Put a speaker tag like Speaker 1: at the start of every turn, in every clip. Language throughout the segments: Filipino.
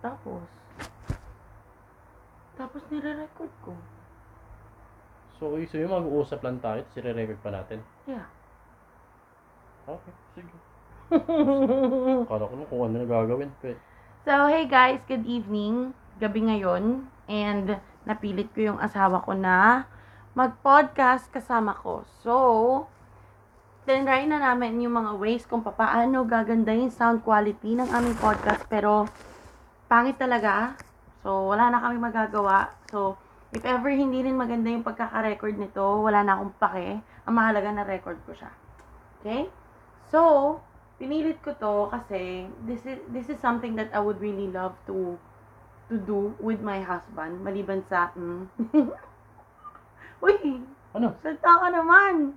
Speaker 1: Tapos, tapos nire-record ko.
Speaker 2: So, so yung mag-uusap lang tayo, tapos i-record pa natin.
Speaker 1: Yeah.
Speaker 2: Okay, sige. Akala ko lang kung ano na gagawin. Pero,
Speaker 1: so, hey guys, good evening. Gabi ngayon. And napilit ko yung asawa ko na mag-podcast kasama ko. So, tinry na namin yung mga ways kung paano gaganda yung sound quality ng aming podcast. Pero, pangit talaga. So, wala na kami magagawa. So, if ever hindi rin maganda yung pagkaka-record nito, wala na akong pake. Ang mahalaga na record ko siya. Okay? So, pinilit ko to kasi this is this is something that I would really love to to do with my husband maliban sa mm. Uy,
Speaker 2: ano?
Speaker 1: salta ka naman.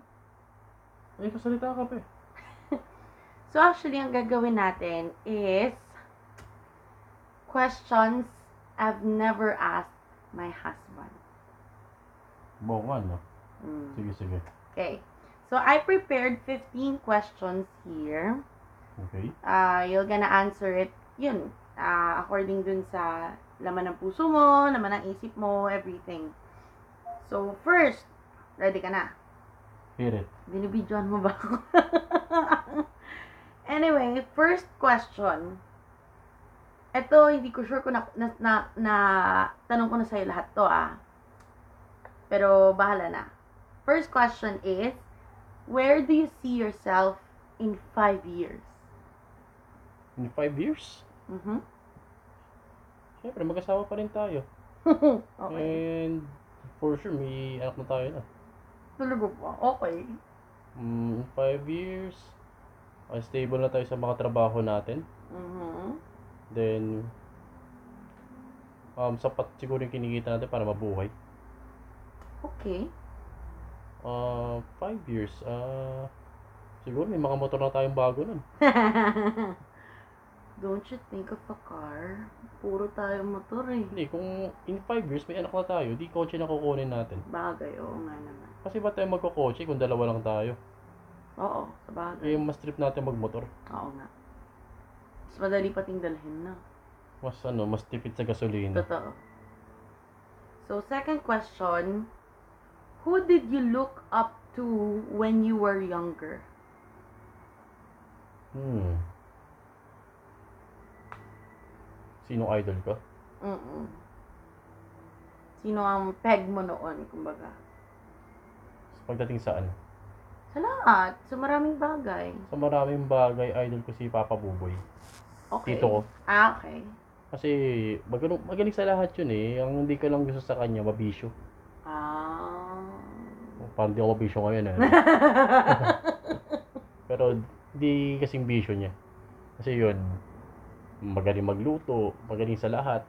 Speaker 2: Ay, kasalita ka pa eh.
Speaker 1: So actually ang gagawin natin is questions I've never asked my husband.
Speaker 2: Bongan, no?
Speaker 1: Mm.
Speaker 2: Sige, sige.
Speaker 1: Okay. So I prepared 15 questions here.
Speaker 2: Okay.
Speaker 1: uh, you're gonna answer it, yun, uh, according dun sa laman ng puso mo, laman ng isip mo, everything. So, first, ready ka na.
Speaker 2: Hear it.
Speaker 1: Binibidyoan mo ba ako? anyway, first question. Ito, hindi ko sure kung na, na, na, na- tanong ko na sa'yo lahat to, ah. Pero, bahala na. First question is, where do you see yourself in five years?
Speaker 2: In five years?
Speaker 1: Mhm.
Speaker 2: Siyempre, mag-asawa pa rin tayo.
Speaker 1: okay.
Speaker 2: And, for sure, may anak na tayo na.
Speaker 1: Tulog po. Okay.
Speaker 2: Mm, in five years, uh, stable na tayo sa mga trabaho natin.
Speaker 1: Mhm.
Speaker 2: Then, um, sapat siguro yung kinikita natin para mabuhay.
Speaker 1: Okay.
Speaker 2: Uh, five years, uh, siguro may mga motor na tayong bago nun.
Speaker 1: Don't you think of a car? Puro tayo motor eh.
Speaker 2: Hindi, kung in five years may anak na tayo, di kotse na kukunin natin.
Speaker 1: Bagay, oo nga naman.
Speaker 2: Kasi ba tayo magkakotse kung dalawa lang tayo?
Speaker 1: Oo, sa bagay.
Speaker 2: Eh, mas trip natin magmotor.
Speaker 1: Oo nga. Mas madali pating dalhin na.
Speaker 2: Mas ano, mas tipid sa gasolina.
Speaker 1: Totoo. So, second question. Who did you look up to when you were younger?
Speaker 2: Hmm. Sino idol ka?
Speaker 1: Mm-mm. Sino ang peg mo noon, kumbaga?
Speaker 2: Pagdating saan?
Speaker 1: Sa lahat. Sa maraming bagay.
Speaker 2: Sa maraming bagay, idol ko si Papa Buboy.
Speaker 1: Okay.
Speaker 2: Tito ko.
Speaker 1: Ah, okay.
Speaker 2: Kasi magaling, magaling sa lahat yun eh. Ang hindi ko lang gusto sa kanya, mabisyo.
Speaker 1: Ah.
Speaker 2: Parang di ako mabisyo ngayon eh. Pero di kasing bisyo niya. Kasi yun, magaling magluto, magaling sa lahat.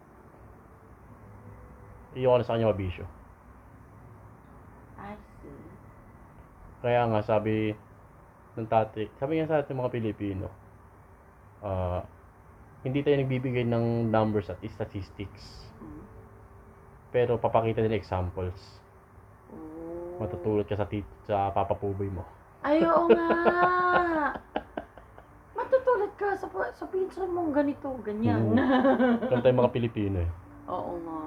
Speaker 2: Iyon sa kanya mabisyo.
Speaker 1: I see.
Speaker 2: Kaya nga sabi ng tatay, sabi nga sa ating mga Pilipino, ah, hindi tayo nagbibigay ng numbers at statistics.
Speaker 1: Mm.
Speaker 2: Pero papakita nila examples.
Speaker 1: Oh.
Speaker 2: Matutulad ka sa, tit- sa papapuboy mo.
Speaker 1: Ay, oo nga. Matutulad ka sa, sa pinsan mong ganito, ganyan.
Speaker 2: Kaya tayo mga Pilipino eh.
Speaker 1: oo nga.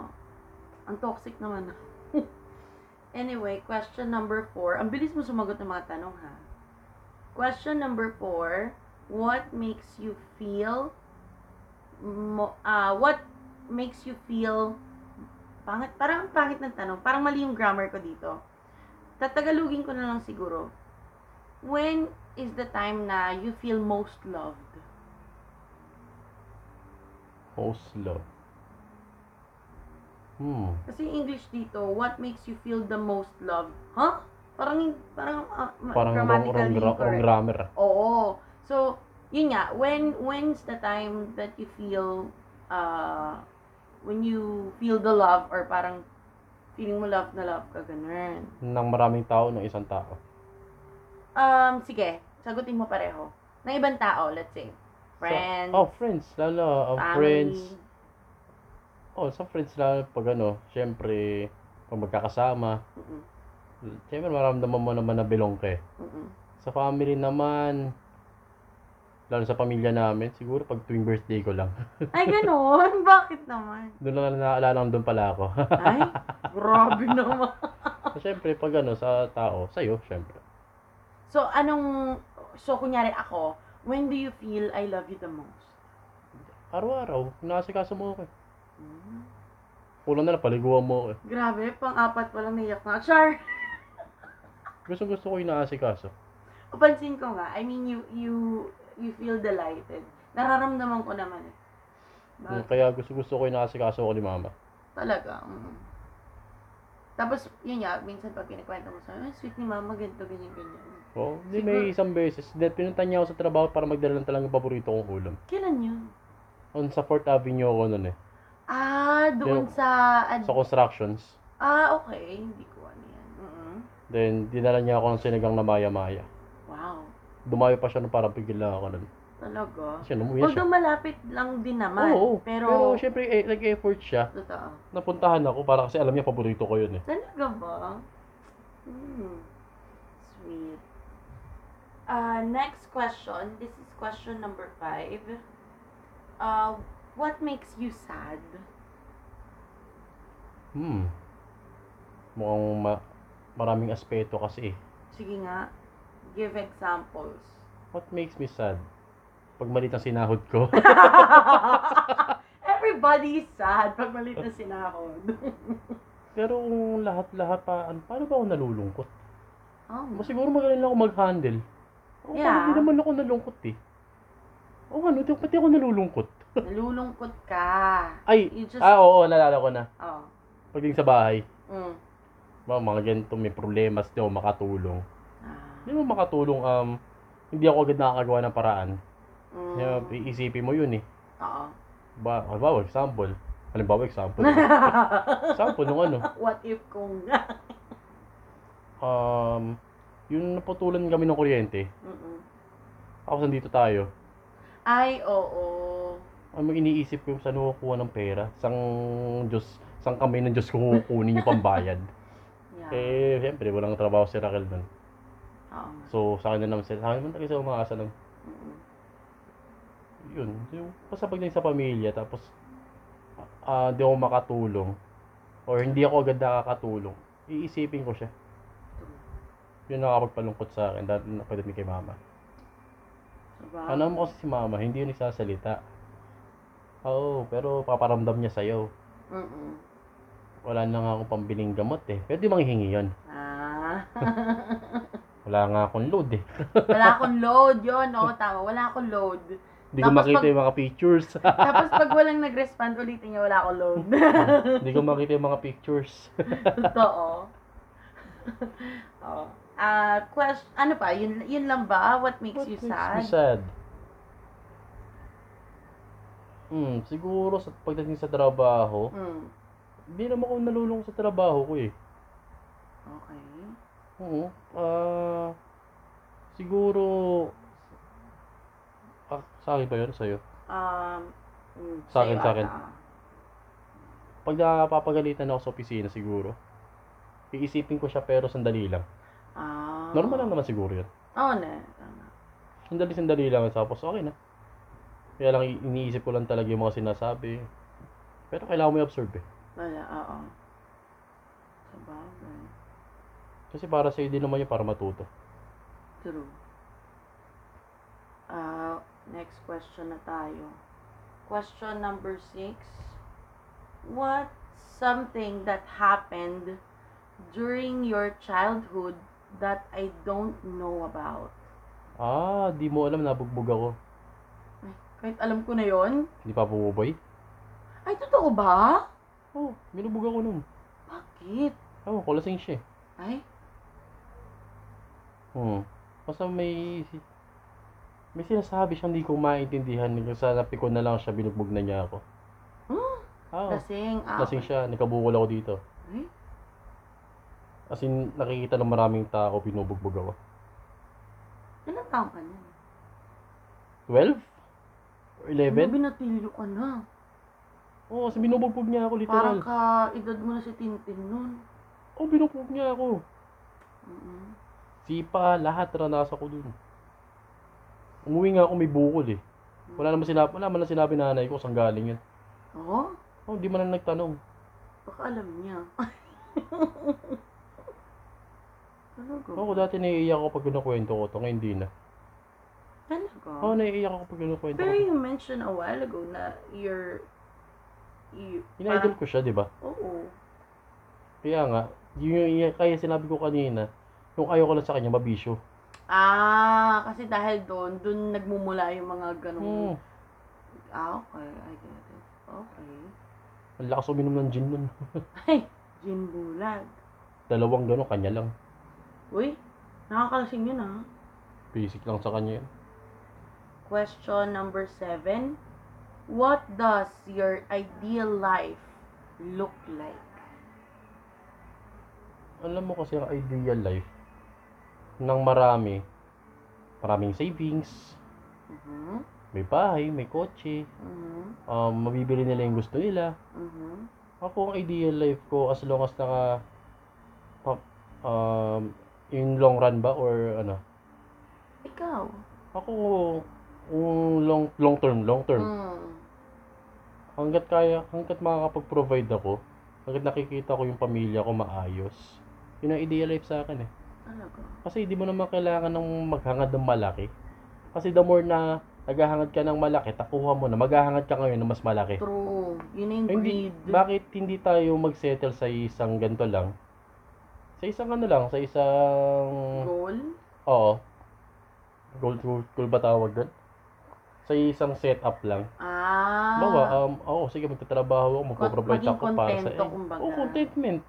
Speaker 1: Ang toxic naman. anyway, question number four. Ang bilis mo sumagot ng mga tanong, ha? Question number four. What makes you feel mo, ah, what makes you feel pangit, parang ang pangit ng tanong. Parang mali yung grammar ko dito. Tatagalugin ko na lang siguro. When is the time na you feel most loved?
Speaker 2: Most love. Hmm.
Speaker 1: Kasi yung English dito, what makes you feel the most loved? Huh? Parang, parang, ah, ma-
Speaker 2: Parang wrong, wrong,
Speaker 1: grammatically
Speaker 2: wrong, wrong
Speaker 1: incorrect.
Speaker 2: grammar. ah.
Speaker 1: Oo. So, yun nga, when, when's the time that you feel, uh, when you feel the love or parang feeling mo love na love ka, ganun.
Speaker 2: Ng maraming tao, ng isang tao.
Speaker 1: Um, sige, sagutin mo pareho. Ng ibang tao, let's say. Friends,
Speaker 2: So, oh, friends. Lalo, ang
Speaker 1: family.
Speaker 2: friends. Oh, sa friends lalo pag ano, syempre, pag magkakasama,
Speaker 1: Mm-mm,
Speaker 2: syempre maramdaman mo naman na belong ka eh.
Speaker 1: mm-mm.
Speaker 2: Sa family naman, Lalo sa pamilya namin, siguro pag tuwing birthday ko lang.
Speaker 1: Ay, ganun. Bakit naman?
Speaker 2: Doon lang naaalala ko, doon pala ako.
Speaker 1: Ay, grabe naman.
Speaker 2: so, syempre, pag ano, sa tao, sa'yo, syempre.
Speaker 1: So, anong, so kunyari ako, when do you feel I love you the most?
Speaker 2: Araw-araw, inaasikaso mo ako. eh.
Speaker 1: Hmm?
Speaker 2: Kulang na lang, paliguan mo ako. eh.
Speaker 1: Grabe, pang-apat pa lang naiyak na. Char!
Speaker 2: Gusto gusto ko inaasikaso.
Speaker 1: Pansin ko nga, I mean, you, you, you feel delighted. Nararamdaman ko naman eh. Ba-
Speaker 2: Mm, Kaya gusto gusto ko inaasikaso ako ni mama.
Speaker 1: Talaga. mm. Tapos, yun nga, minsan pag pinakwento mo sa akin, "Ay, sweet ni mama, ganito, ganyan, ganyan.
Speaker 2: Oo, hindi may isang beses. Dahil pinunta niya ako sa trabaho para magdala ng talagang paborito kong ulam.
Speaker 1: Kailan yun?
Speaker 2: On sa 4th Avenue ako nun eh.
Speaker 1: Ah, doon
Speaker 2: Yung-
Speaker 1: sa... ad-
Speaker 2: Sa constructions.
Speaker 1: ah, okay. Hindi ko ano yan. Mm-mm.
Speaker 2: Then, dinala niya ako ng sinigang na maya-maya.
Speaker 1: Wow.
Speaker 2: Dumayo pa siya nung parang pigil lang ako nun.
Speaker 1: Talaga.
Speaker 2: Kasi nung uwi na siya.
Speaker 1: Although malapit lang din naman.
Speaker 2: Oo, oo.
Speaker 1: pero,
Speaker 2: Pero, syempre, eh, nag-effort siya.
Speaker 1: totoo.
Speaker 2: Napuntahan ako para kasi alam niya paborito ko yun eh.
Speaker 1: Talaga ba? Hmm. Sweet. Uh, next question. This is question number five. Uh, what makes you sad?
Speaker 2: Hmm. Mukhang ma- maraming aspeto kasi eh.
Speaker 1: Sige nga. Give examples.
Speaker 2: What makes me sad? Pag malit ang sinahod ko.
Speaker 1: Everybody is sad pag malit na sinahod.
Speaker 2: Pero kung lahat-lahat pa, ano, paano ba ako nalulungkot?
Speaker 1: Oh,
Speaker 2: Mas siguro magaling lang ako mag-handle. Oo,
Speaker 1: Yeah.
Speaker 2: parang hindi naman ako nalungkot eh. Oo nga, no, di- pati ako nalulungkot.
Speaker 1: nalulungkot ka.
Speaker 2: Ay,
Speaker 1: You just,
Speaker 2: ah oo, nalala ko na.
Speaker 1: oh,
Speaker 2: Pagdating sa bahay,
Speaker 1: mm.
Speaker 2: mga, mga ganito, may problema, hindi ako makatulong.
Speaker 1: Ah,
Speaker 2: Hindi mo makatulong, um, hindi ako agad nakakagawa ng paraan.
Speaker 1: mm.
Speaker 2: Kaya iisipin mo yun eh.
Speaker 1: Oo.
Speaker 2: Ba, halimbawa, example. Halimbawa, example. example nung ano.
Speaker 1: What if kung...
Speaker 2: Um, yung naputulan kami ng kuryente.
Speaker 1: Mm-mm.
Speaker 2: Tapos nandito tayo.
Speaker 1: Ay, oo.
Speaker 2: Ang mga iniisip ko, saan ako kukuha ng pera? Sang Diyos, sang kami ng Diyos ko kukunin yung pambayad?
Speaker 1: Yeah.
Speaker 2: eh, siyempre, walang trabaho si Raquel
Speaker 1: Oo
Speaker 2: nun.
Speaker 1: nga.
Speaker 2: So, sa akin na naman sila. Sa akin naman talaga sila umaasa ng,
Speaker 1: Mm-mm.
Speaker 2: yun. Yung pasapag lang sa pamilya, tapos, ah, hindi ako makatulong. Or hindi ako agad nakakatulong. Iisipin ko siya. Yun ang nakakapagpalungkot sa akin, dahil napagdating kay mama.
Speaker 1: Diba?
Speaker 2: Ano mo kasi si mama, hindi yun nagsasalita. Oo, pero paparamdam niya sa'yo.
Speaker 1: Mm-mm.
Speaker 2: Wala na nga akong pambiling gamot eh. Pwede manghingi yun.
Speaker 1: Ah.
Speaker 2: Wala nga akong load eh.
Speaker 1: Wala akong load yun. Oo, tama. Wala akong load.
Speaker 2: Hindi ko
Speaker 1: Tapos
Speaker 2: makita
Speaker 1: pag-
Speaker 2: yung mga pictures.
Speaker 1: Tapos pag walang nag-respond, ulitin niya, wala akong load.
Speaker 2: Hindi ko makita yung mga pictures.
Speaker 1: Totoo. Oo. Ah, question, ano pa? Yun, yun lang ba? What makes
Speaker 2: What
Speaker 1: you
Speaker 2: makes
Speaker 1: sad?
Speaker 2: me sad? Hmm, siguro sa pagdating sa trabaho,
Speaker 1: Mm.
Speaker 2: hindi naman ako nalulong sa trabaho ko eh.
Speaker 1: Okay.
Speaker 2: Oo. Ah, siguro ah, sa akin ba yun? Sa'yo?
Speaker 1: Um, mm,
Speaker 2: Sa akin,
Speaker 1: sa'yo
Speaker 2: sa akin.
Speaker 1: ata.
Speaker 2: Pag napapagalitan ako sa opisina siguro, iisipin ko siya pero sandali lang.
Speaker 1: Ah.
Speaker 2: Normal lang naman siguro yun.
Speaker 1: Oo na. Tama.
Speaker 2: Sandali-sandali lang tapos okay na. Kaya lang i- iniisip ko lang talaga yung mga sinasabi. Pero kailangan mo i-observe eh.
Speaker 1: Wala, oo. Diba? Sabagay.
Speaker 2: Kasi para sa'yo din naman yun para matuto.
Speaker 1: True. Ah, next question na tayo. Question number six. What something that happened during your childhood that I don't know about?
Speaker 2: Ah, di mo alam nabugbog ako.
Speaker 1: Kahit alam ko na yon.
Speaker 2: Hindi pa bumuboy?
Speaker 1: Ay, totoo ba?
Speaker 2: Oo, oh, binubog ako nun.
Speaker 1: Bakit?
Speaker 2: Oo, oh, kulasing siya eh.
Speaker 1: Ay,
Speaker 2: Hmm. Basta may may sinasabi siya hindi ko maintindihan. Sa napi ko na lang siya, binugbog na niya ako.
Speaker 1: hmm?
Speaker 2: Ah,
Speaker 1: Lasing. Ah,
Speaker 2: lasing siya, nakabukol ako dito.
Speaker 1: Ay,
Speaker 2: As in, nakikita ng maraming tao, binubugbog ako.
Speaker 1: ilang taong ka na?
Speaker 2: 12? Or
Speaker 1: Ano,
Speaker 2: 11?
Speaker 1: binatilyo ka na.
Speaker 2: Oo, oh, kasi binubugbog niya ako,
Speaker 1: Parang
Speaker 2: literal.
Speaker 1: ka edad mo na si Tintin nun.
Speaker 2: Oo, oh, binubugbog niya ako.
Speaker 1: Mm-mm.
Speaker 2: Sipa, lahat, naranasan ko dun. umuwi nga ako may bukol eh. Wala naman sinabi, wala man lang sinabi nanay ko saan galing yan.
Speaker 1: Oo?
Speaker 2: Oh, hindi man lang nagtanong.
Speaker 1: Baka alam niya. Talaga?
Speaker 2: Ako dati naiiyak ako pag kinukwento ko to, ngayon hindi na.
Speaker 1: Talaga?
Speaker 2: Oo, naiiyak ako pag kinukwento ko.
Speaker 1: Pero you mentioned a while ago na you're... You,
Speaker 2: Ina-idol ko siya, di ba?
Speaker 1: parang- oo.
Speaker 2: Kaya nga, yun yung, kaya sinabi ko kanina, yung ayaw ko lang sa kanya, mabisyo.
Speaker 1: Ah, kasi dahil doon, doon nagmumula yung mga ganong...
Speaker 2: Hmm.
Speaker 1: Ah, okay. I get it. Okay.
Speaker 2: Ang lakas uminom ng gin nun.
Speaker 1: Ay, gin bulag.
Speaker 2: Dalawang gano'n, kanya lang.
Speaker 1: Uy, nakakalasing yun ah.
Speaker 2: Basic lang sa kanya yun.
Speaker 1: Question number seven. What does your ideal life look like?
Speaker 2: Alam mo kasi ang ideal life ng marami, maraming savings,
Speaker 1: Mhm.
Speaker 2: may bahay, may kotse,
Speaker 1: Mhm.
Speaker 2: um, mabibili nila yung gusto nila.
Speaker 1: Mhm.
Speaker 2: Ako, ang ideal life ko, as long as naka, pa- um, in long run ba, or ano,
Speaker 1: Ikaw.
Speaker 2: ako, yung long, long term, long term,
Speaker 1: Mm.
Speaker 2: hanggat kaya, hanggat makakapag-provide ako, hanggat nakikita ko yung pamilya ko maayos, yun ang ideal life sa akin eh.
Speaker 1: Talaga.
Speaker 2: Kasi di mo naman kailangan ng maghangad ng malaki. Kasi the more na naghahangad ka ng malaki, takuha mo na, maghahangad ka ngayon ng mas malaki.
Speaker 1: True. Yun na yung
Speaker 2: Eh, Hindi,
Speaker 1: greed.
Speaker 2: bakit hindi tayo magsettle sa isang ganito lang? Sa isang ano lang, sa isang...
Speaker 1: Goal?
Speaker 2: Oo. Gold, gold, gold ba tawag doon? Sa isang setup lang.
Speaker 1: Ah.
Speaker 2: Bawa, um, oo, sige, magtatrabaho ako, magpo-provide
Speaker 1: Maging
Speaker 2: ako para sa...
Speaker 1: kontento, kumbaga.
Speaker 2: Oo, contentment.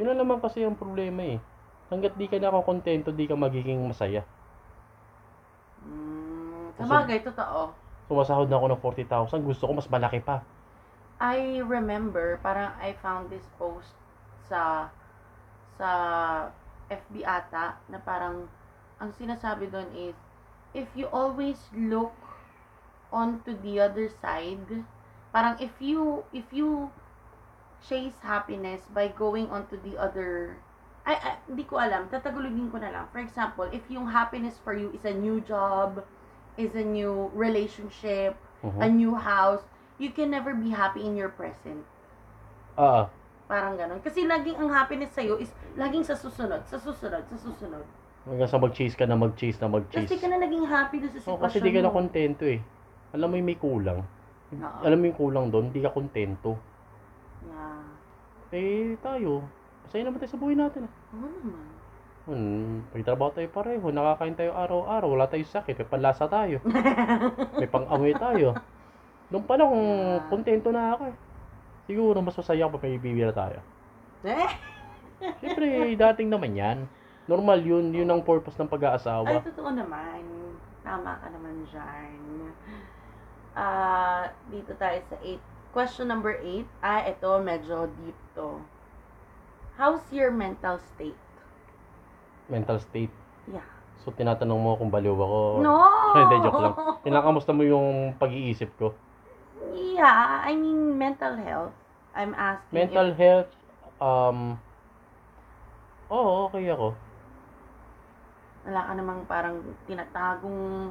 Speaker 2: Yun na naman kasi ang problema eh. Hanggat di ka nakakontento, di ka magiging masaya.
Speaker 1: Mm. Sabagay, totoo.
Speaker 2: Sumasahod na ako ng 40,000, gusto ko mas malaki pa.
Speaker 1: I remember, parang I found this post sa sa FB ata na parang ang sinasabi doon is if you always look onto the other side, parang if you if you chase happiness by going onto the other ay, ay, hindi ko alam. Tatagulugin ko na lang. For example, if yung happiness for you is a new job, is a new relationship, a
Speaker 2: Mhm.
Speaker 1: new house, you can never be happy in your present.
Speaker 2: Ah, ah.
Speaker 1: Parang ganun. Kasi laging ang happiness sa'yo is laging sa susunod, sa susunod, sa susunod.
Speaker 2: hanggang sa mag-chase ka na mag-chase na
Speaker 1: Tapos
Speaker 2: mag-chase.
Speaker 1: di ka na naging happy doon sa
Speaker 2: Oo,
Speaker 1: sitwasyon
Speaker 2: kasi di ka na
Speaker 1: mo.
Speaker 2: kontento eh. Alam mo yung may kulang.
Speaker 1: Oo.
Speaker 2: Alam mo yung kulang doon, di ka kontento.
Speaker 1: Yeah.
Speaker 2: Eh, tayo, masaya naman tayo sa buhay natin. ah.
Speaker 1: Oo naman.
Speaker 2: Hmm, may trabaho tayo pareho, nakakain tayo araw-araw, wala tayong sakit, may panlasa tayo, may pang-amoy tayo. Noong pa lang,
Speaker 1: Yeah.
Speaker 2: kontento na ako eh. Siguro, mas masaya pa may bibira tayo.
Speaker 1: eh,
Speaker 2: Siyempre, dating naman yan. Normal yun, yun ang purpose ng
Speaker 1: ay,
Speaker 2: pag-aasawa.
Speaker 1: totoo naman. Tama ka naman dyan. Ah, dito tayo sa 8. Question number 8. Ah, ito, medyo deep to. How's your mental state?
Speaker 2: Mental state.
Speaker 1: Yeah.
Speaker 2: So, tinatanong mo kung baliw ako.
Speaker 1: No!
Speaker 2: Oh. Hindi, joke lang. Kinakamusta mo yung pag-iisip ko?
Speaker 1: Yeah, I mean mental health. I'm asking.
Speaker 2: Mental health, um, oo, okay ako.
Speaker 1: If wala ka namang parang tinatagong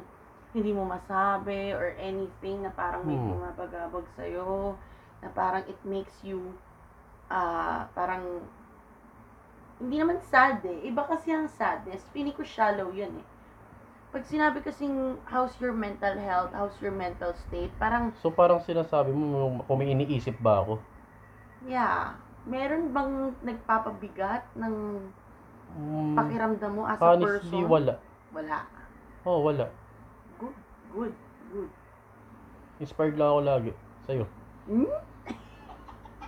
Speaker 1: hindi mo masabi or anything na parang may
Speaker 2: Hmm.
Speaker 1: pumapagabag sa'yo. Na parang it makes you, ah, parang, hindi naman sad eh. Iba kasi ang sadness. Feeling ko shallow yun eh. Pag sinabi kasing, how's your mental health, how's your mental state, parang,
Speaker 2: So, parang sinasabi mo kung may iniisip ba ako.
Speaker 1: yeah, meron bang nagpapabigat ng
Speaker 2: Mm,
Speaker 1: pakiramdam mo as a
Speaker 2: honestly,
Speaker 1: person?
Speaker 2: wala.
Speaker 1: Wala.
Speaker 2: Oo, wala.
Speaker 1: Good. Good. Good.
Speaker 2: Inspired lang ako lagi. Sa'yo.
Speaker 1: Hmm?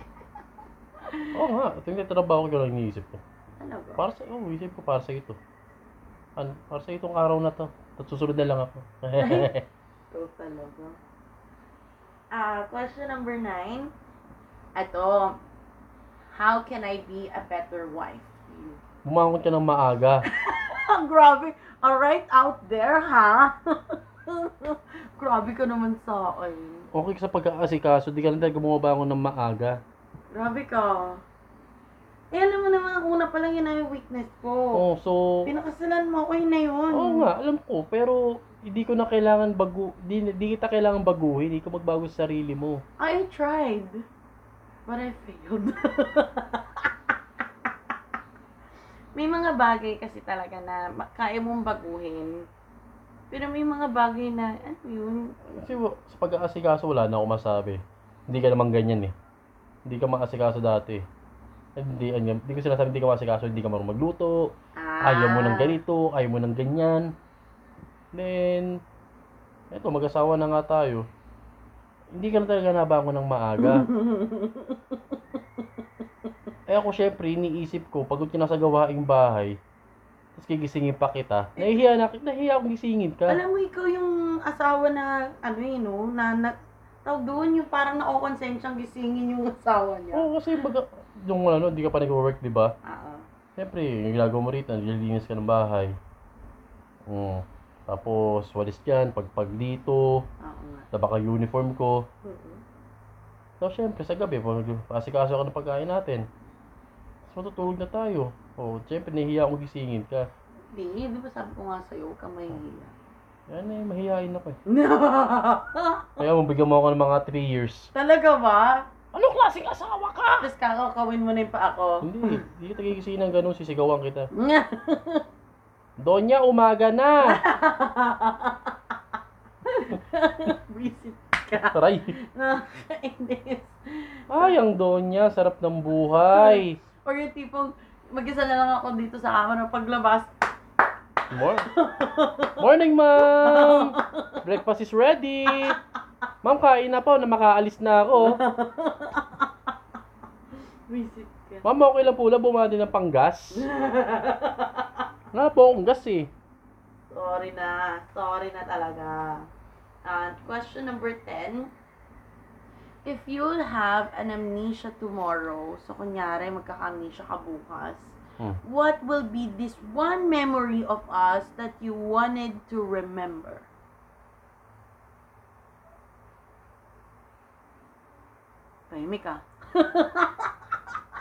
Speaker 2: Oo nga, tingnan trabaho ko lang iniisip ko.
Speaker 1: Talaga?
Speaker 2: Para sa, oh, isip ko para sa ito. Ano, para sa itong araw na to. At susunod na lang ako.
Speaker 1: Ikaw talaga. Ah, question number nine. Ito. How can I be a better wife?
Speaker 2: Bumangon ka ng maaga.
Speaker 1: Ang grabe. Alright out there, ha? grabe ka naman sa akin.
Speaker 2: Okay ka sa pag-aasikaso, di ka lang talaga bumabangon ng maaga.
Speaker 1: Grabe ka. Eh, alam mo naman, una pa lang yun na yung weakness ko.
Speaker 2: Oo, Oh, so,
Speaker 1: Pinakasalan mo ako, yun na yun.
Speaker 2: Oo nga, alam ko, pero hindi ko na kailangan bagu, di, di kita kailangan baguhin, hindi ko magbago sa sarili mo.
Speaker 1: I tried. But I failed. may mga bagay kasi talaga na ma- kaya mong baguhin. Pero may mga bagay na, ano yun?
Speaker 2: Kasi wa- sa pag-aasikaso, wala na akong masabi. Hindi ka naman ganyan eh. Hindi ka maasikaso dati. Eh, Hindi, ano, yan, hindi ko sinasabi hindi ka maasikaso, hindi ka marunong magluto,
Speaker 1: Ah,
Speaker 2: ayaw mo ng ganito, ayaw mo ng ganyan. Then, eto, mag-asawa na nga tayo. Hindi ka na talaga nabango ng maaga. Eh ako syempre, iniisip ko, pagod ka na sa gawaing bahay, tapos gigisingin pa kita, nahihiya na, nahihiya akong gisingin ka.
Speaker 1: Alam mo, ikaw yung asawa na, ano yun, no? Na, na, tawag doon yung parang nakokonsensyang gisingin yung asawa niya. Ah,
Speaker 2: Oo, kasi baga, nung ano, di ka pa nag-work, di ba?
Speaker 1: Oo.
Speaker 2: Siyempre, yung ginagawa mo rito, nililinis ka ng bahay. Oo. Tapos, walis yan, pagpag dito,
Speaker 1: ah. Oo nga.
Speaker 2: laba ka uniform ko.
Speaker 1: Oo.
Speaker 2: Tapos syempre, sa gabi, pag asikaso ka ng pagkain natin, tapos matutulog na tayo. Oo, syempre, nahihiya akong gisingin ka.
Speaker 1: Di, di ba sabi ko nga sa'yo, huwag kang mahihiya.
Speaker 2: Yan eh, mahihayin ako eh. Kaya mabigyan mo ako ng mga 3 years.
Speaker 1: Talaga ba?
Speaker 2: Ano klaseng asawa ka?
Speaker 1: Tapos kakakawin mo na yung pa ako.
Speaker 2: Hindi, hindi kita gigisingin ng ganun, sisigawan kita. Donya, umaga na!
Speaker 1: Visit ka.
Speaker 2: Taray!
Speaker 1: Nakakainis.
Speaker 2: Ay, ang Donya, sarap ng buhay!
Speaker 1: Or yung tipong, mag-isa na lang ako dito sa kama paglabas.
Speaker 2: Mor- Morning, ma'am! Breakfast is ready! Ma'am, kain na po, na makaalis na ako.
Speaker 1: Visit ka.
Speaker 2: Ma'am, okay lang po lang, bumati ng panggas. Wala po akong gas eh.
Speaker 1: Sorry na. Sorry na talaga. And question number 10. If you'll have an amnesia tomorrow, so kunyari magkaka-amnesia ka bukas,
Speaker 2: Hmm.
Speaker 1: what will be this one memory of us that you wanted to remember? Tahimik ah. ka.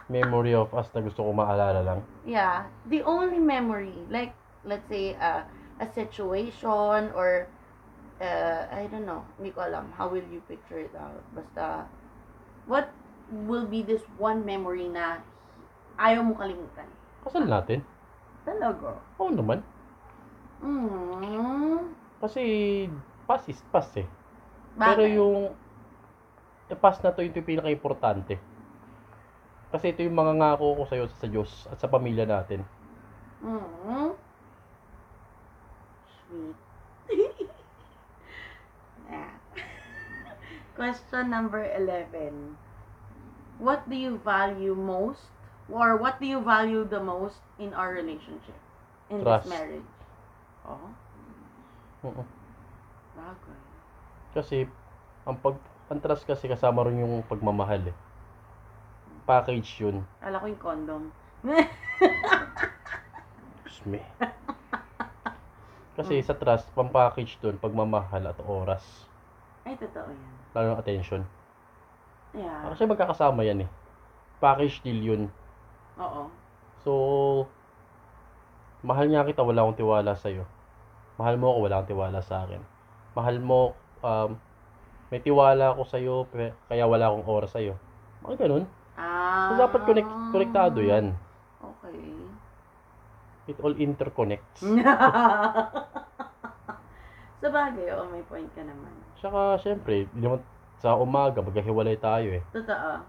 Speaker 2: Memory of us na gusto ko maalala lang.
Speaker 1: Yeah, the only memory, like let's say uh, a situation or uh, I don't know, hindi ko alam. How will you picture it out? Basta, what will be this one memory na ayaw mo kalimutan?
Speaker 2: Kasal natin?
Speaker 1: Talaga?
Speaker 2: Oo naman.
Speaker 1: Mm.
Speaker 2: Kasi, past is past eh.
Speaker 1: Bakit?
Speaker 2: Pero yung i-pass na to, ito yung pinaka-importante. Kasi ito yung mga ngako ko sa'yo, sa Diyos, at sa pamilya natin.
Speaker 1: Mm. Sweet. Yeah. Question number 11. What do you value most or what do you value the most in our relationship? In
Speaker 2: Trust.
Speaker 1: this marriage? Oh,
Speaker 2: Oo.
Speaker 1: bagay.
Speaker 2: Kasi, ang pag ang trust kasi kasama rin yung pagmamahal eh. Package yun.
Speaker 1: Kala ko yung condom.
Speaker 2: Excuse me. Kasi sa trust, pang-package dun, pagmamahal at oras.
Speaker 1: Ay, totoo yan.
Speaker 2: Lalo ng attention.
Speaker 1: Yeah.
Speaker 2: Kasi magkakasama yan eh. Package deal yun.
Speaker 1: Oo.
Speaker 2: So, mahal niya kita, wala akong tiwala sa'yo. Mahal mo ako, wala akong tiwala sa akin. Mahal mo, um, may tiwala ako sa'yo, pe- kaya wala akong oras sa'yo. Mga ganun.
Speaker 1: Ah.
Speaker 2: So, dapat connect, konektado yan.
Speaker 1: Okay.
Speaker 2: It all interconnects.
Speaker 1: Mm. Sa bagay, oo, oh, may point ka naman.
Speaker 2: Tsaka, syempre, di naman sa umaga, magkahiwalay tayo eh.
Speaker 1: Totoo.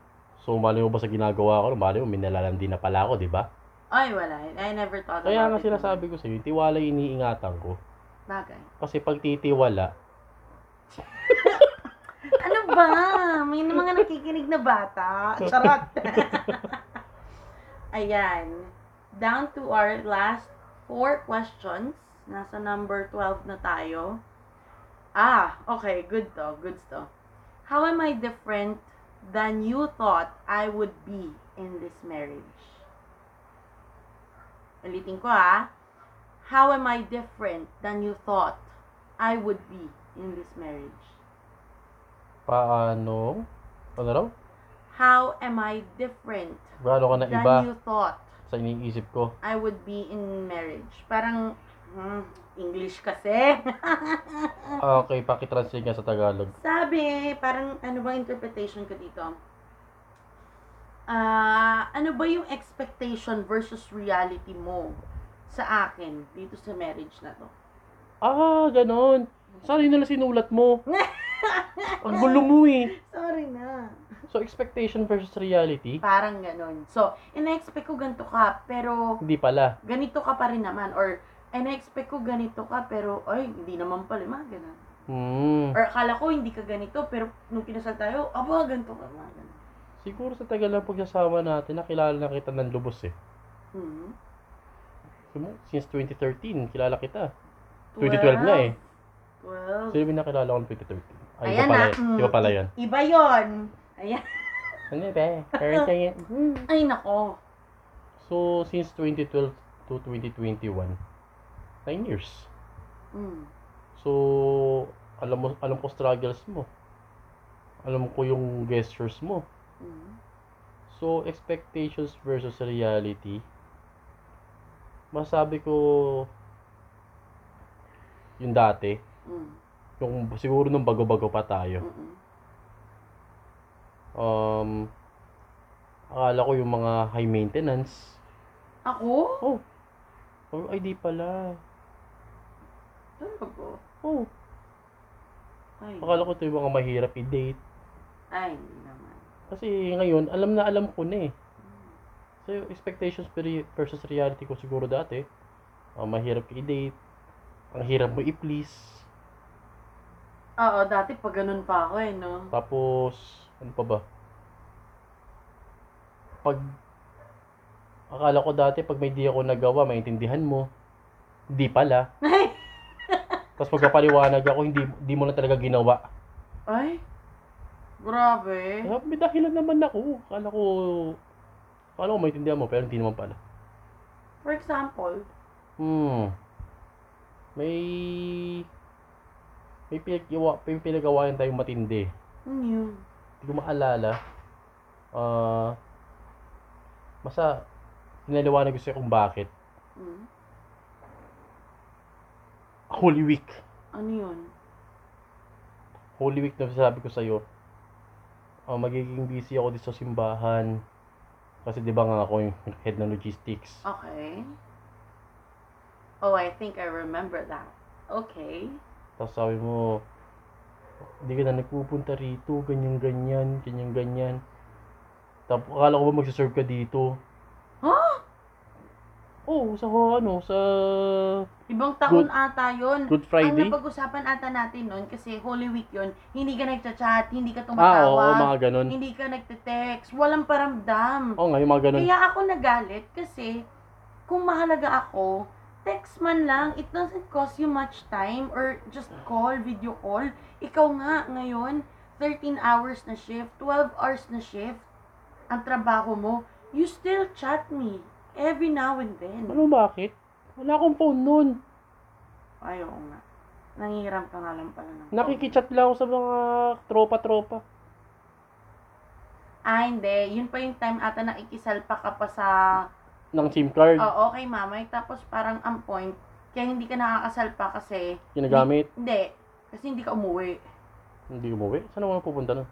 Speaker 2: So, mali mo ba sa ginagawa ko? Mali mo, minalalandi na pala ako, di ba?
Speaker 1: Ay, wala. I never thought
Speaker 2: Kaya nga
Speaker 1: about it.
Speaker 2: sinasabi ko sa'yo, yung tiwala yung iniingatan ko.
Speaker 1: Bagay.
Speaker 2: Kasi pag titiwala,
Speaker 1: Ano ba? May mga nakikinig na bata. Charot. Ayan. Down to our last four questions. Nasa number 12 na tayo. Ah, okay. Good to. Good to. How am I different than you thought I would be in this marriage? Ulitin ko ah. How am I different than you thought I would be in this marriage?
Speaker 2: paano? Ano raw?
Speaker 1: How am I different
Speaker 2: Gaano ka na
Speaker 1: than
Speaker 2: iba
Speaker 1: you thought
Speaker 2: sa iniisip ko?
Speaker 1: I would be in marriage? Parang, hmm, English kasi.
Speaker 2: Ah, Okay, pakitranslate nga sa Tagalog.
Speaker 1: Sabi, parang ano bang interpretation ko dito? Ah, ano ba yung expectation versus reality mo sa akin dito sa marriage na to?
Speaker 2: Ah, ganon. Sorry na lang sinulat mo. Ang gulo mo eh.
Speaker 1: Sorry na.
Speaker 2: So, expectation versus reality?
Speaker 1: Parang ganun. So, ina-expect ko ganito ka, pero
Speaker 2: Hindi pala.
Speaker 1: ganito ka pa rin naman. Or, ina-expect ko ganito ka, pero, ay, hindi naman pala, mga ganun.
Speaker 2: Hmm.
Speaker 1: Or, akala ko hindi ka ganito, pero nung kinasal tayo, aba, ganito ka, mga ganun.
Speaker 2: Siguro sa tagal ng pagsasama natin, nakilala na kita ng lubos eh.
Speaker 1: Hmm.
Speaker 2: Sum- Since 2013, kilala kita. 2012 na eh.
Speaker 1: 12.
Speaker 2: Sino yung nakilala ko ng 2013? Ay, iba
Speaker 1: Ayan
Speaker 2: pala,
Speaker 1: na. Mm.
Speaker 2: yun. iba pala yun.
Speaker 1: Iba yon. Ayan.
Speaker 2: Ano ba? Parang yun.
Speaker 1: Ay, nako.
Speaker 2: So, since 2012 to 2021, 9 years.
Speaker 1: Mm.
Speaker 2: So, alam mo, alam ko struggles mo. Alam ko yung gestures mo.
Speaker 1: Mm.
Speaker 2: So, expectations versus reality. Masabi ko yung dati,
Speaker 1: Mm.
Speaker 2: yung siguro nung bago-bago pa tayo.
Speaker 1: Mm-mm.
Speaker 2: Um, akala ko yung mga high maintenance.
Speaker 1: Ako?
Speaker 2: Oh, ay di pala.
Speaker 1: Talaga.
Speaker 2: Oh,
Speaker 1: Ay.
Speaker 2: akala ko ito yung mga mahirap i-date.
Speaker 1: Ay, hindi naman.
Speaker 2: Kasi ngayon, alam na alam ko na eh.
Speaker 1: Mm.
Speaker 2: So, yung expectations peri- versus reality ko siguro dati, ah, mahirap i-date, ang hirap mo i-please,
Speaker 1: Oo, dati pa ganun pa ako eh, no?
Speaker 2: Tapos, ano pa ba? Pag, akala ko dati, pag may di ako nagawa, maintindihan mo. Hindi pala.
Speaker 1: Ay!
Speaker 2: Tapos pagkapaliwanag ako, hindi, hindi mo na talaga ginawa.
Speaker 1: Ay! Grabe.
Speaker 2: Kaya may dahilan naman ako. Akala ko, akala ko maintindihan mo, pero hindi naman pala.
Speaker 1: For example,
Speaker 2: Hmm. May, may pinagawa, may pinagawayan tayong matindi.
Speaker 1: ano yun?
Speaker 2: Hindi ko maalala. Ah, basta, pinaliwanag ko sa'yo kung bakit.
Speaker 1: Mm.
Speaker 2: Holy Week.
Speaker 1: Ano yun?
Speaker 2: Holy Week na sabi ko sa'yo, ah, magiging busy ako dito sa simbahan. Kasi di ba nga ako yung head ng logistics.
Speaker 1: Okay. Oh, I think I remember that. Okay.
Speaker 2: Tapos sabi mo, hindi ka na nagpupunta rito, ganyan-ganyan, ganyan-ganyan. Tapos akala ko ba magsaserve ka dito?
Speaker 1: Huh?
Speaker 2: Oo, sa ano, sa
Speaker 1: Ibang taon ata yun.
Speaker 2: Good
Speaker 1: Ang
Speaker 2: Friday?
Speaker 1: napag-usapan ata natin nun, kasi Holy Week yun, hindi ka nagchat-chat, hindi ka
Speaker 2: Ah, oo, oo,
Speaker 1: tumatawag,
Speaker 2: mga ganun.
Speaker 1: hindi ka nagte-text, walang paramdam.
Speaker 2: Oo nga, yung mga ganun.
Speaker 1: Kaya ako nagalit kasi kung mahalaga ako, text man lang, it doesn't cost you much time or just call, video call. Ikaw nga ngayon, 13 hours na shift, 12 hours na shift, ang trabaho mo, you still chat me every now and then.
Speaker 2: Ano bakit? Wala akong phone nun.
Speaker 1: Ayaw nga. Nangihiram ka nga lang pala ng phone.
Speaker 2: Nakikichat lang ako sa mga tropa-tropa.
Speaker 1: Ah, hindi. Yun pa yung time ata nakikisal pa ka pa sa,
Speaker 2: Ng SIM card,
Speaker 1: oo, kay mamay. Tapos parang ang point, kaya hindi ka nakakasal pa kasi,
Speaker 2: ginagamit.
Speaker 1: hindi. Kasi hindi ka umuwi.
Speaker 2: Hindi umuwi. Saan naman ako pupunta nun?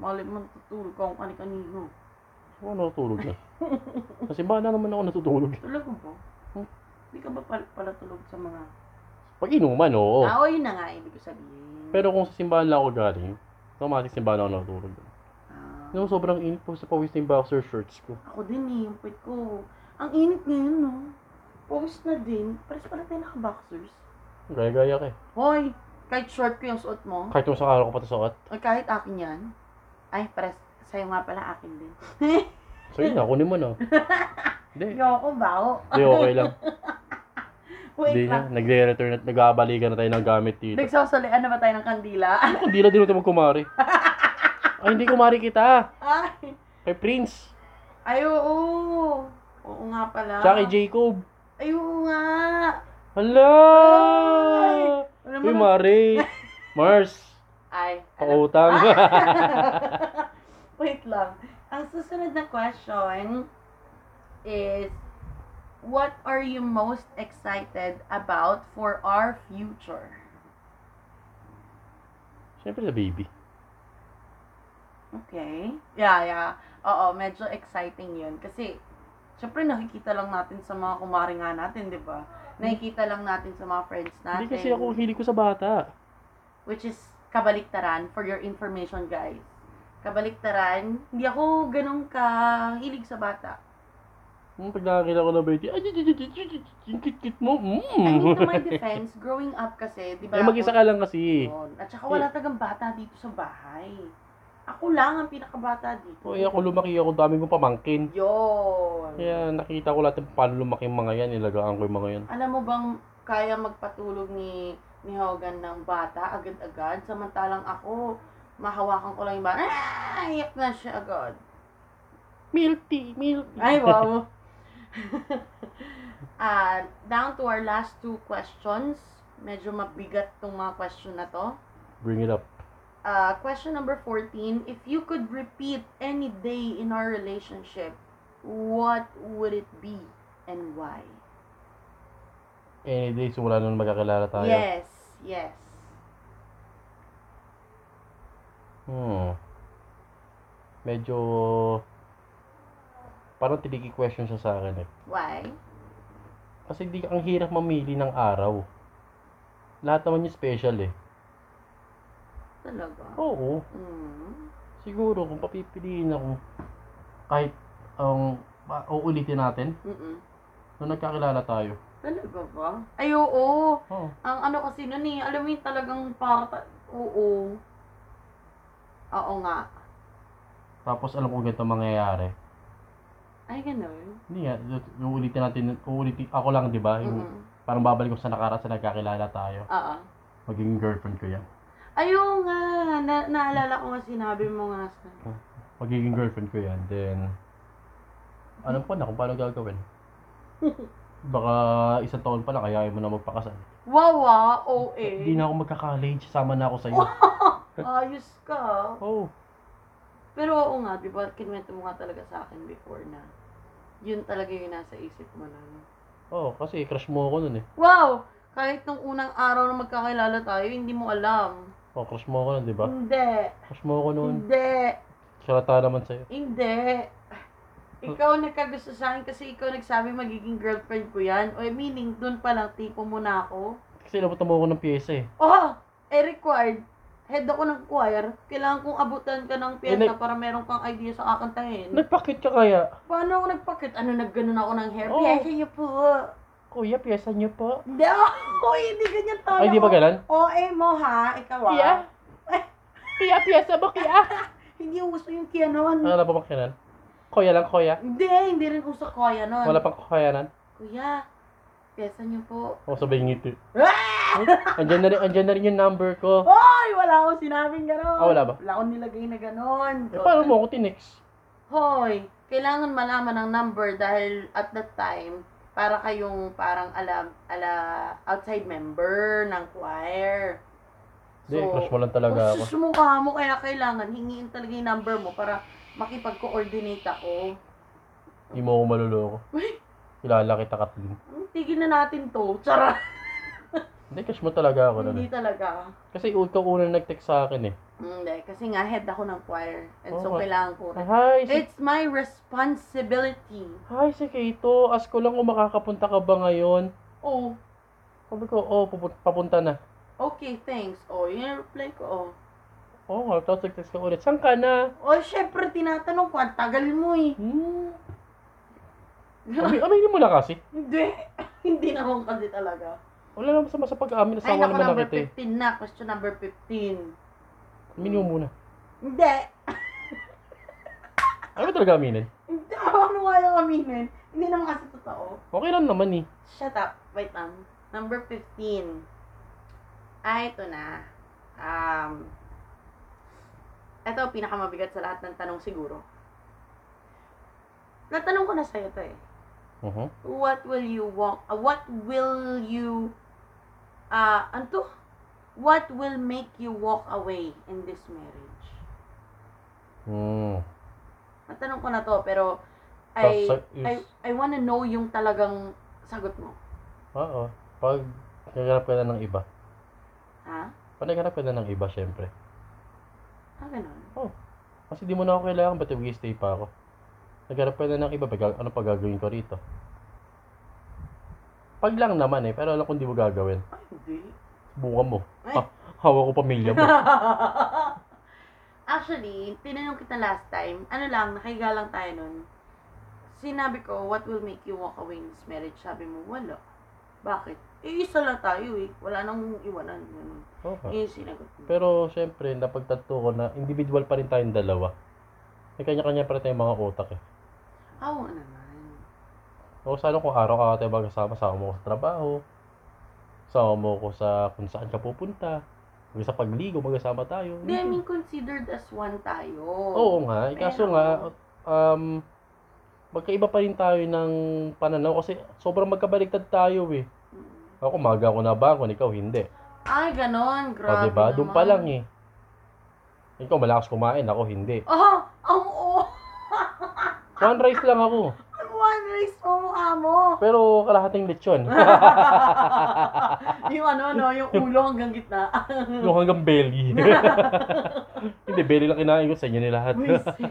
Speaker 1: Malip mo tutulog ka kung kani-kanino.
Speaker 2: Saan ako natutulog na? Kasi ba na naman ako natutulog?
Speaker 1: Tulog mo po?
Speaker 2: Hmm?
Speaker 1: Hindi ka ba pal- pala tulog sa mga...
Speaker 2: Pag inuman, oo.
Speaker 1: Ah, oh, yun na nga, ibig ko sabihin.
Speaker 2: Pero kung sa simbahan lang ako galing, automatic simbahan lang ako natutulog.
Speaker 1: Ah,
Speaker 2: Yung sobrang init po sa pawis ng boxer shorts ko.
Speaker 1: ako din eh, yung puwit ko. Ang init ngayon, no? Pawis na din. Pares pala tayo naka-boxers.
Speaker 2: Gaya-gaya ka eh.
Speaker 1: Hoy! Kahit short ko yung suot mo,
Speaker 2: Kahit yung sa araw ko pa ito suot.
Speaker 1: o kahit akin yan, ay, pares, sa'yo nga pala akin din.
Speaker 2: So yun na, kunin mo na. Hindi.
Speaker 1: Ayoko ba?
Speaker 2: Hindi, okay lang. Hindi
Speaker 1: Wait
Speaker 2: na.
Speaker 1: lang.
Speaker 2: Nagre-return at nagbabalikan na tayo ng gamit dito.
Speaker 1: Nagsasalian na ba tayo ng kandila?
Speaker 2: Hindi na din natin magkumari. Ay, hindi kumari kita.
Speaker 1: Ay!
Speaker 2: Kay Prince.
Speaker 1: Ay, oo! Oo nga pala.
Speaker 2: Tsaka kay Jacob.
Speaker 1: Ay, oo nga.
Speaker 2: Hala!
Speaker 1: Ay! Ano
Speaker 2: Uy,
Speaker 1: naman-
Speaker 2: Mari! Mars!
Speaker 1: Ay, ano? alam-
Speaker 2: Pautang!
Speaker 1: Ah. wait lang. Ang susunod na question is, what are you most excited about for our future?
Speaker 2: Siyempre sa baby.
Speaker 1: Okay. Yeah, yeah. Oo, medyo exciting yun. Kasi, syempre nakikita lang natin sa mga kumari nga natin, di ba? Nakikita lang natin sa mga friends natin.
Speaker 2: Hindi kasi ako, hili ko sa bata.
Speaker 1: Which is, kabaliktaran, for your information, guys. Kabaliktaran, hindi ako ganun kahilig sa bata.
Speaker 2: Yung Hmm, pag nakakita ko ng baby, ay, ay, ay, ay, ay, ay, yung kit-kit mo, mm.
Speaker 1: I mean, to my defense, growing up kasi, di ba?
Speaker 2: Eh, mag-isa ka lang kasi.
Speaker 1: Yun. At saka wala tagang bata dito sa bahay. Ako lang ang pinakabata dito.
Speaker 2: O, eh, ako lumaki ako, dami kong pamangkin.
Speaker 1: Yun.
Speaker 2: Kaya nakita ko lahat yung paano lumaki yung mga yan, nilagaan ko yung mga yan.
Speaker 1: Alam mo bang kaya magpatulog ni ni Hogan ng bata agad-agad? Samantalang ako, mahawakan ko lang yung bata. Ah! Iyak na siya agad.
Speaker 2: Milty, milty.
Speaker 1: Ay, wow. Ah, down to our last two questions. Medyo mabigat tong mga question na to.
Speaker 2: Bring it up.
Speaker 1: Uh, question number 14. If you could repeat any day in our relationship, what would it be and why?
Speaker 2: Any day, simula nun magkakilala tayo.
Speaker 1: Yes, yes.
Speaker 2: Hmm. Medyo... Parang tiniki question siya sa akin eh.
Speaker 1: Why?
Speaker 2: Kasi di, ang hirap mamili ng araw. Lahat naman yung special eh.
Speaker 1: Talaga.
Speaker 2: Oo.
Speaker 1: Mm.
Speaker 2: Siguro kung papipiliin ako, kahit ang ma- uulitin natin,
Speaker 1: Mm-mm.
Speaker 2: nung nagkakilala tayo. Oh,
Speaker 1: Talaga ba? Mm-hmm. Ay, oo.
Speaker 2: Oo.
Speaker 1: Ang ano kasi nun eh, alam mo yun talagang para, oo. Oo nga.
Speaker 2: Tapos alam ko ganito mangyayari.
Speaker 1: Ay, ganun.
Speaker 2: Hindi nga, u- uulitin natin, uulitin, ako lang, di ba? Yung,
Speaker 1: Mm-mm.
Speaker 2: parang babalik ko sa nakaraan sa nagkakilala tayo.
Speaker 1: Mm-hmm. Oo.
Speaker 2: Magiging girlfriend ko yan.
Speaker 1: Ay, oo nga. Na- naalala ko nga sinabi mo nga sa...
Speaker 2: Magiging girlfriend ko yan. Then, alam ko na kung paano gagawin. Baka isang taon pa lang, kaya mo na magpakasal.
Speaker 1: Wawa, oo eh.
Speaker 2: Hindi na ako magka-college, sama na ako sa iyo.
Speaker 1: Ayos ka.
Speaker 2: Oh,
Speaker 1: Pero oo nga, di ba, kinwento mo nga talaga sa akin before na yun talaga yung nasa isip mo na. no?
Speaker 2: oh, kasi crush mo ako nun eh.
Speaker 1: Wow! Kahit nung unang araw na magkakilala tayo, hindi mo alam.
Speaker 2: Oh, crush mo ako nun, di ba?
Speaker 1: Hindi.
Speaker 2: Crush mo ako nun.
Speaker 1: Hindi.
Speaker 2: Salata naman sa'yo.
Speaker 1: Hindi. Ikaw ang nagkagusto sa akin kasi ikaw nagsabi magiging girlfriend ko yan. O eh, meaning, dun pa lang, tipo mo na ako.
Speaker 2: Kasi inabutan mo ako ng pyesa eh.
Speaker 1: Oh, eh required. Head ako ng choir. Kailangan kong abutan ka ng
Speaker 2: Eh,
Speaker 1: piyesta para meron kang idea sa kakantahin.
Speaker 2: Nagpakit ka kaya?
Speaker 1: Paano ako nagpakit? Ano, nagganon ako ng hair?
Speaker 2: Oo.
Speaker 1: Piyesa niyo po.
Speaker 2: Kuya, pyesa niyo po.
Speaker 1: Hindi ah, ako, eh, hindi ganyan tono.
Speaker 2: Ay, di ba galan?
Speaker 1: Oo, eh mo ha. Ikaw ah.
Speaker 2: Iya. Kuya, pyesa mo, kuya.
Speaker 1: Hindi uso yung kaya nun.
Speaker 2: Ano na pa makinan? Kuya lang, kuya.
Speaker 1: Hindi, hindi rin uso koya nun.
Speaker 2: Wala pang kuyanan.
Speaker 1: Kuya, piyesa niyo po.
Speaker 2: Ako sabay ngiti.
Speaker 1: Ah!
Speaker 2: Andyan na rin, andyan na rin yung number ko.
Speaker 1: Hoy, wala akong sinabing gano'n.
Speaker 2: Ah, wala ba?
Speaker 1: Wala akong nilagay na gano'n.
Speaker 2: Eh, paano mo ako tinex?
Speaker 1: Hoy, kailangan malaman ng number dahil at that time, para kayong parang ala, ala outside member ng choir. oh,
Speaker 2: Hindi, crush mo lang talaga ako.
Speaker 1: Sus, mukha mo, kaya kailangan hingiin talaga yung number mo para makipag-coordinate ako.
Speaker 2: Hindi mo ako maluloko.
Speaker 1: Uy,
Speaker 2: Kilala kita, Kathleen.
Speaker 1: Hmm, tigil na natin to. Charot.
Speaker 2: Hindi, crush mo talaga ako nun. eh.
Speaker 1: Hindi talaga. Hmm,
Speaker 2: Kasi ikaw unang nag-text sa akin eh.
Speaker 1: Hindi, kasi nga head ako ng choir. And so,
Speaker 2: Oo nga.
Speaker 1: kailangan ko.
Speaker 2: Ah, Hi, si,
Speaker 1: It's my responsibility.
Speaker 2: hi, si Kato. Ask ko lang kung makakapunta ka ba ngayon.
Speaker 1: Oh,
Speaker 2: Sabi ko, oh, pupu- papunta na.
Speaker 1: Okay, thanks. O, yun yung reply ko, Oh.
Speaker 2: Oo nga, tapos nag-text ka ulit. Saan ka na?
Speaker 1: o. O, syempre, tinatanong ko, ang tagal mo eh.
Speaker 2: Hmm. Amay, aminin mo na kasi.
Speaker 1: hindi. hindi naman kasi talaga.
Speaker 2: Wala naman sama sa pag-aamin.
Speaker 1: Ay, naku,
Speaker 2: Asawa naman na
Speaker 1: number
Speaker 2: kita eh.
Speaker 1: 15 na. Question number 15.
Speaker 2: Aminin mo muna.
Speaker 1: Hindi.
Speaker 2: Ano ba talaga aminin?
Speaker 1: Hindi, ano nga yung aminin? Hindi naman kasi totoo.
Speaker 2: Okay lang naman eh.
Speaker 1: Shut up. Wait lang. Number 15. Ay, ito na. Um, ito, pinakamabigat sa lahat ng tanong siguro. Natanong ko na sa'yo to eh.
Speaker 2: uh
Speaker 1: what will you walk uh, what will you uh anto what will make you walk away in this marriage
Speaker 2: Hmm.
Speaker 1: natanong ko na to pero I,
Speaker 2: Sa- sa-
Speaker 1: I, I wanna know yung talagang sagot mo.
Speaker 2: Oo. Pag naghanap ka na ng iba.
Speaker 1: Ha?
Speaker 2: Pag naghanap ka na ng iba, syempre.
Speaker 1: Ah, ganun.
Speaker 2: Kasi di mo na ako kailangan, ba't mag-stay pa ako? Naghanap ka na ng iba, pag, ano pa gagawin ko rito? Pag lang naman eh, pero alam kong di mo gagawin.
Speaker 1: Ay, hindi.
Speaker 2: Buka mo.
Speaker 1: Ay.
Speaker 2: Ha, hawak ko pamilya mo.
Speaker 1: Actually, tinanong kita last time, ano lang, nakahiga lang tayo nun. Sinabi ko, what will make you walk away in this marriage? Sabi mo, wala. Bakit? Eh, isa lang tayo eh. Wala nang iwanan. Ganun.
Speaker 2: Oo.
Speaker 1: Yun yung sinagot mo.
Speaker 2: Pero syempre, napagtanto ko na individual pa rin tayong dalawa. May kanya-kanya pa rin tayong mga utak eh.
Speaker 1: Ah, Oo naman.
Speaker 2: Mm. O sana kung araw ka tayo magkasama, sama mo ko sa trabaho, sama mo ko sa kung saan ka pupunta, kung sa pagligo, magkasama tayo.
Speaker 1: Hindi, I mean, considered as one tayo.
Speaker 2: Oo nga, eh, kaso
Speaker 1: Pero-
Speaker 2: nga, um, magkaiba pa rin tayo ng pananaw kasi sobrang magkabaligtad tayo eh.
Speaker 1: Mm.
Speaker 2: Ako maga ako na bangon, ikaw hindi.
Speaker 1: Ay, ganon.
Speaker 2: O
Speaker 1: Grabe
Speaker 2: diba?
Speaker 1: naman.
Speaker 2: Doon pa lang eh. Ikaw malakas kumain, ako hindi.
Speaker 1: Oh, ang oh,
Speaker 2: One rice lang ako.
Speaker 1: ang one race mo mukha mo.
Speaker 2: Pero kalahating lechon.
Speaker 1: yung ano, no, yung ulo hanggang gitna.
Speaker 2: yung hanggang belly. Hindi, belly lang kinain ko sa inyo ni lahat.
Speaker 1: Wisit.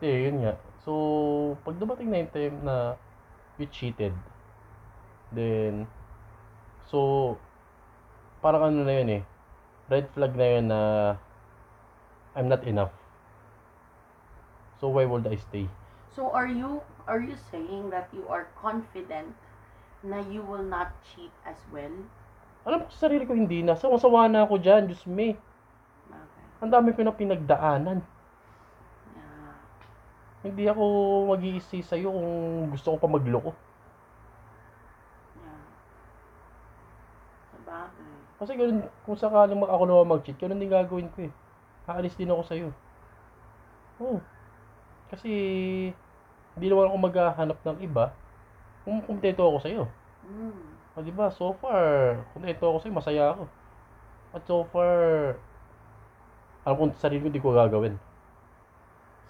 Speaker 2: Eh, yun nga. So, pag dumating na yung time na you cheated, then, so, parang ano na yun eh, red flag na yun na I'm not enough. So, why would I stay?
Speaker 1: So are you are you saying that you are confident na you will not cheat as well?
Speaker 2: Alam ko sa sarili ko hindi na. Sawasawa na ako dyan, Diyos me.
Speaker 1: Okay.
Speaker 2: Ang dami ko na pinagdaanan.
Speaker 1: Yeah.
Speaker 2: Hindi ako mag-iisi sa'yo kung gusto ko pa magloko.
Speaker 1: Yeah. Sabagay.
Speaker 2: Kasi ganun, kung sakaling mag ako naman mag-cheat, ganun din gagawin ko eh. Haalis din ako sa'yo. Oo. Kasi, hindi naman ako maghahanap ng iba kung kumpleto ako sa'yo.
Speaker 1: Mm.
Speaker 2: O diba, so far, kumpleto ako sa'yo, masaya ako. At so far, alam ko sa sarili ko, di ko gagawin.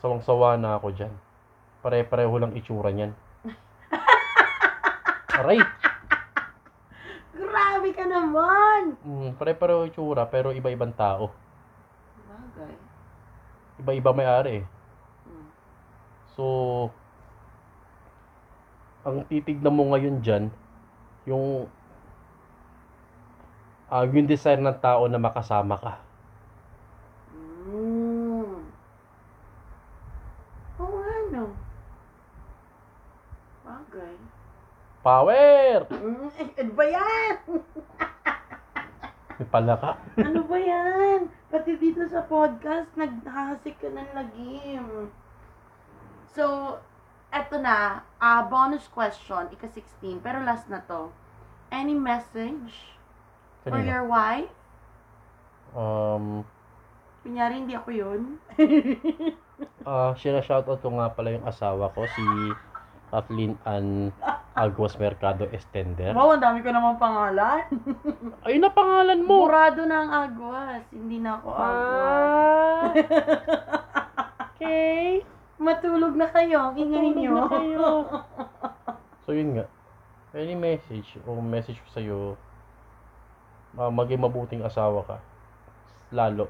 Speaker 2: Sawang-sawa na ako dyan. Pare-pareho lang itsura niyan. Aray!
Speaker 1: Grabe ka naman!
Speaker 2: Mm, pare-pareho itsura, pero iba-ibang tao.
Speaker 1: Sabagay.
Speaker 2: Iba-iba may-ari eh.
Speaker 1: Mm.
Speaker 2: So, ang titignan mo ngayon dyan, yung ah yung desire ng tao na makasama ka.
Speaker 1: Mm. Oo nga no. Bagay.
Speaker 2: Power!
Speaker 1: Mm. Eh, ano ba yan?
Speaker 2: May pala ka.
Speaker 1: ano ba yan? Pati dito sa podcast, naghahasik ka ng lagim. So, eto na, ah bonus question, ika-16, pero last na to. Any message for
Speaker 2: Kanina.
Speaker 1: your wife?
Speaker 2: Um,
Speaker 1: Kunyari, hindi ako yun.
Speaker 2: ah sinashoutout ko nga pala yung asawa ko, si Kathleen Ann Aguas Mercado Estender.
Speaker 1: Wow, ang dami ko naman pangalan.
Speaker 2: Ayun na pangalan mo!
Speaker 1: Murado na ang agwas. Hindi na ako agwas.
Speaker 2: Ah! Okay.
Speaker 1: Matulog na kayo. Ingay
Speaker 2: Tulog na
Speaker 1: nyo.
Speaker 2: kayo. so yun nga. Any message o message ko sa'yo, uh, maging mabuting asawa ka. Lalo.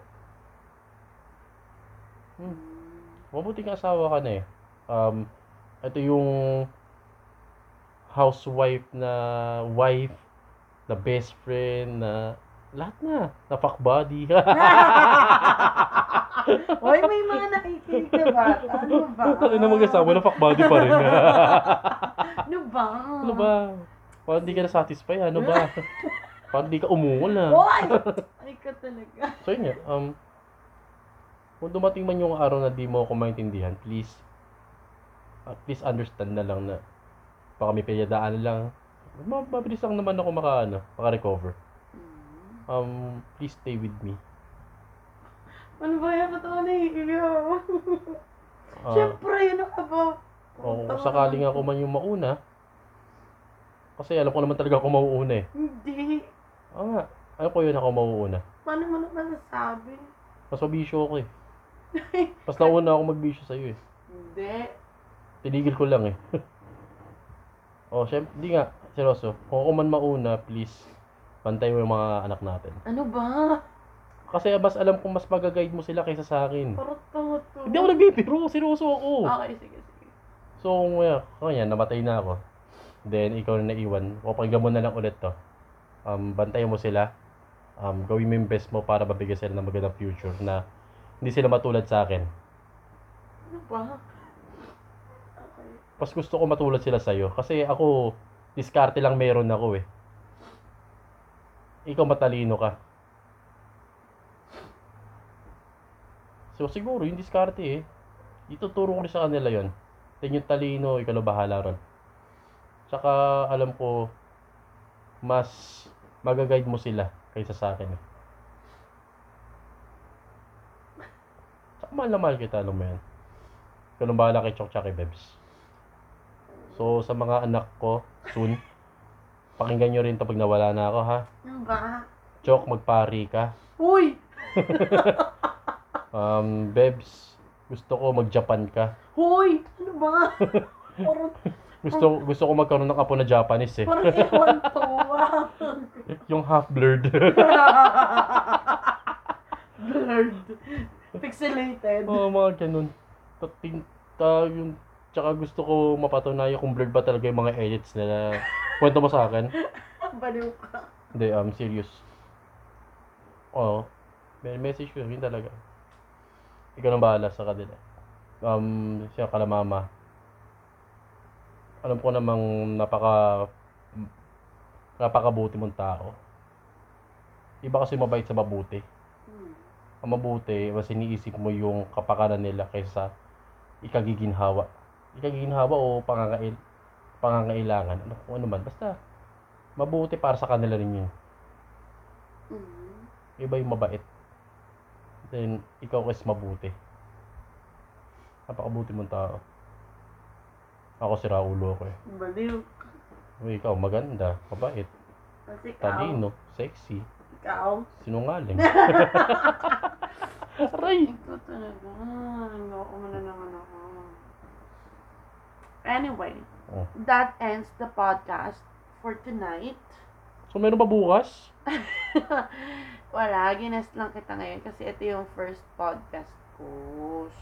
Speaker 2: Hmm. Mabuting asawa ka na eh. Um, ito yung housewife na wife, na best friend, na lahat na. Na fuck buddy.
Speaker 1: Hoy, may mga nakikinig na bata. Ano ba?
Speaker 2: Ano na mag-asawa na fuck buddy pa rin.
Speaker 1: Ano ba?
Speaker 2: Ano ba? Parang di ka na satisfy, ano ba? Parang di ka umungol na.
Speaker 1: Hoy! Ay ka talaga.
Speaker 2: So yun nga, um, kung dumating man yung araw na di mo ako maintindihan, please, uh, please understand na lang na baka may pinagdadaanan lang. Ma- Mabilis lang naman ako maka, ano, maka-recover.
Speaker 1: Hmm.
Speaker 2: Um, please stay with me.
Speaker 1: Ano ba yan? Ba't ako nahihiyaw?
Speaker 2: Uh,
Speaker 1: Siyempre, yun ang kaba.
Speaker 2: o kung sakaling ako man yung mauna, kasi alam ko naman talaga ako mauuna eh.
Speaker 1: Hindi.
Speaker 2: Oo nga, alam ko yun ako mauuna.
Speaker 1: Paano mo naman nasabi?
Speaker 2: Mas mabisyo ako eh. Mas nauna ako magbisyo sa'yo eh.
Speaker 1: Hindi.
Speaker 2: Tinigil ko lang eh. oh, syempre, di nga, seryoso. Kung ako man mauna, please, pantay mo yung mga anak natin.
Speaker 1: Ano ba?
Speaker 2: Kasi ah, mas alam kong mas magaguide mo sila kaysa sa akin.
Speaker 1: Parang tanga to.
Speaker 2: Hindi ako nagbibiro, seryoso ako.
Speaker 1: Okay, sige, sige.
Speaker 2: So, kung kaya, kaya, namatay na ako. Then, ikaw na naiwan. Papagyan mo na lang ulit to. Um, bantayan mo sila. Um, gawin mo yung best mo para mabigyan sila ng magandang future na hindi sila matulad sa akin.
Speaker 1: Ano ba? Okay.
Speaker 2: Mas gusto ko matulad sila sa'yo. Kasi ako, diskarte lang meron ako eh. Ikaw matalino ka. So siguro, yung diskarte eh. Ituturo ko rin sa kanila yon. Then yung talino, ikaw na bahala ron. Tsaka alam ko, mas magaguide mo sila kaysa sa akin eh. Tsaka mahal na mahal kita, alam mo yan. Ikaw na bahala kay Chok Chaki Bebs. So, sa mga anak ko, soon, pakinggan nyo rin to pag nawala na ako, ha?
Speaker 1: Ano ba?
Speaker 2: Chok, magpari ka.
Speaker 1: Uy!
Speaker 2: Um, Bebs, gusto ko mag-Japan ka.
Speaker 1: Hoy! Ano ba? Parang,
Speaker 2: Gusto, gusto ko magkaroon ng apo na Japanese, eh.
Speaker 1: parang ewan ah. to.
Speaker 2: Yung half-blurred.
Speaker 1: Blurred. Pixelated.
Speaker 2: Oo, mga ganun. Tatinta yung... Tsaka gusto ko mapatunayan kung blurred ba talaga yung mga edits nila. Kwento mo sa akin?
Speaker 1: Baliw ka.
Speaker 2: Hindi, um, serious. Oo. May message ko rin talaga. Ikaw nang bahala sa kanila. Um, siya kala mama. Alam ko namang napaka napakabuti mong tao. Iba kasi mabait sa mabuti.
Speaker 1: Hmm.
Speaker 2: Ang mabuti, mas iniisip mo yung kapakanan nila kaysa ikagiginhawa. Ikagiginhawa o pangangail pangangailangan. Ano, kung ano man. Basta, mabuti para sa kanila rin yun.
Speaker 1: Hmm.
Speaker 2: Iba yung mabait. Then, ikaw kasi mabuti. Napakabuti mong tao. Ako si Raulo ako eh.
Speaker 1: Baliw.
Speaker 2: Uy, ikaw maganda, mabait,
Speaker 1: Kasi ikaw.
Speaker 2: talino, sexy,
Speaker 1: Ikaw.
Speaker 2: sinungaling. Aray!
Speaker 1: Ikaw talaga. Niloko mo na naman ako. Anyway,
Speaker 2: Oh.
Speaker 1: that ends the podcast for tonight.
Speaker 2: So, meron ba bukas?
Speaker 1: Wala, ginas lang kita ngayon kasi ito yung first podcast ko.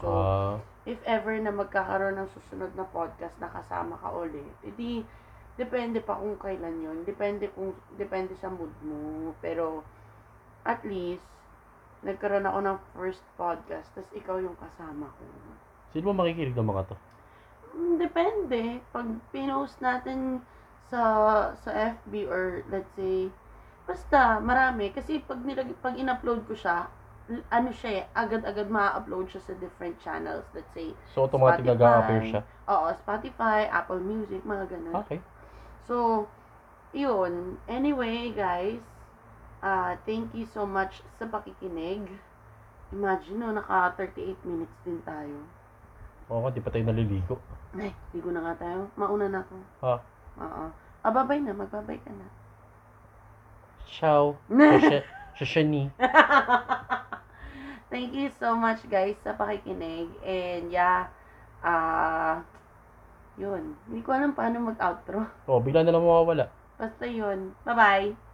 Speaker 1: So,
Speaker 2: Ah,
Speaker 1: if ever na magkakaroon ng susunod na podcast na kasama ka ulit, edi depende pa kung kailan yon Depende kung depende sa mood mo. Pero at least nagkaroon ako ng first podcast tas ikaw yung kasama ko.
Speaker 2: sino ba makikinig ng mga to?
Speaker 1: Mm, Depende. Pag pinost natin sa sa FB or let's say basta marami kasi pag nilag pag in-upload ko siya l- ano siya eh, agad-agad ma-upload siya sa different channels let's say
Speaker 2: So, automatic
Speaker 1: Spotify.
Speaker 2: nag-a-appear siya.
Speaker 1: Oo, Spotify, Apple Music, mga ganun.
Speaker 2: Okay.
Speaker 1: So, yun. Anyway, guys, ah thank you so much sa pakikinig. Imagine, no, naka 38 minutes din tayo.
Speaker 2: Oo nga, di pa tayo naliligo.
Speaker 1: Ay, ligo na nga tayo. Mauna na ako.
Speaker 2: Ha?
Speaker 1: Oo. Ababay na, magbabay ka na.
Speaker 2: Ciao. Shoshe- Shosheni.
Speaker 1: Thank you so much guys sa pakikinig. And yeah, ah, yun. Hindi ko alam paano mag-outro.
Speaker 2: Oo, bigla Oh, na lang mawawala.
Speaker 1: Basta yun. Bye-bye!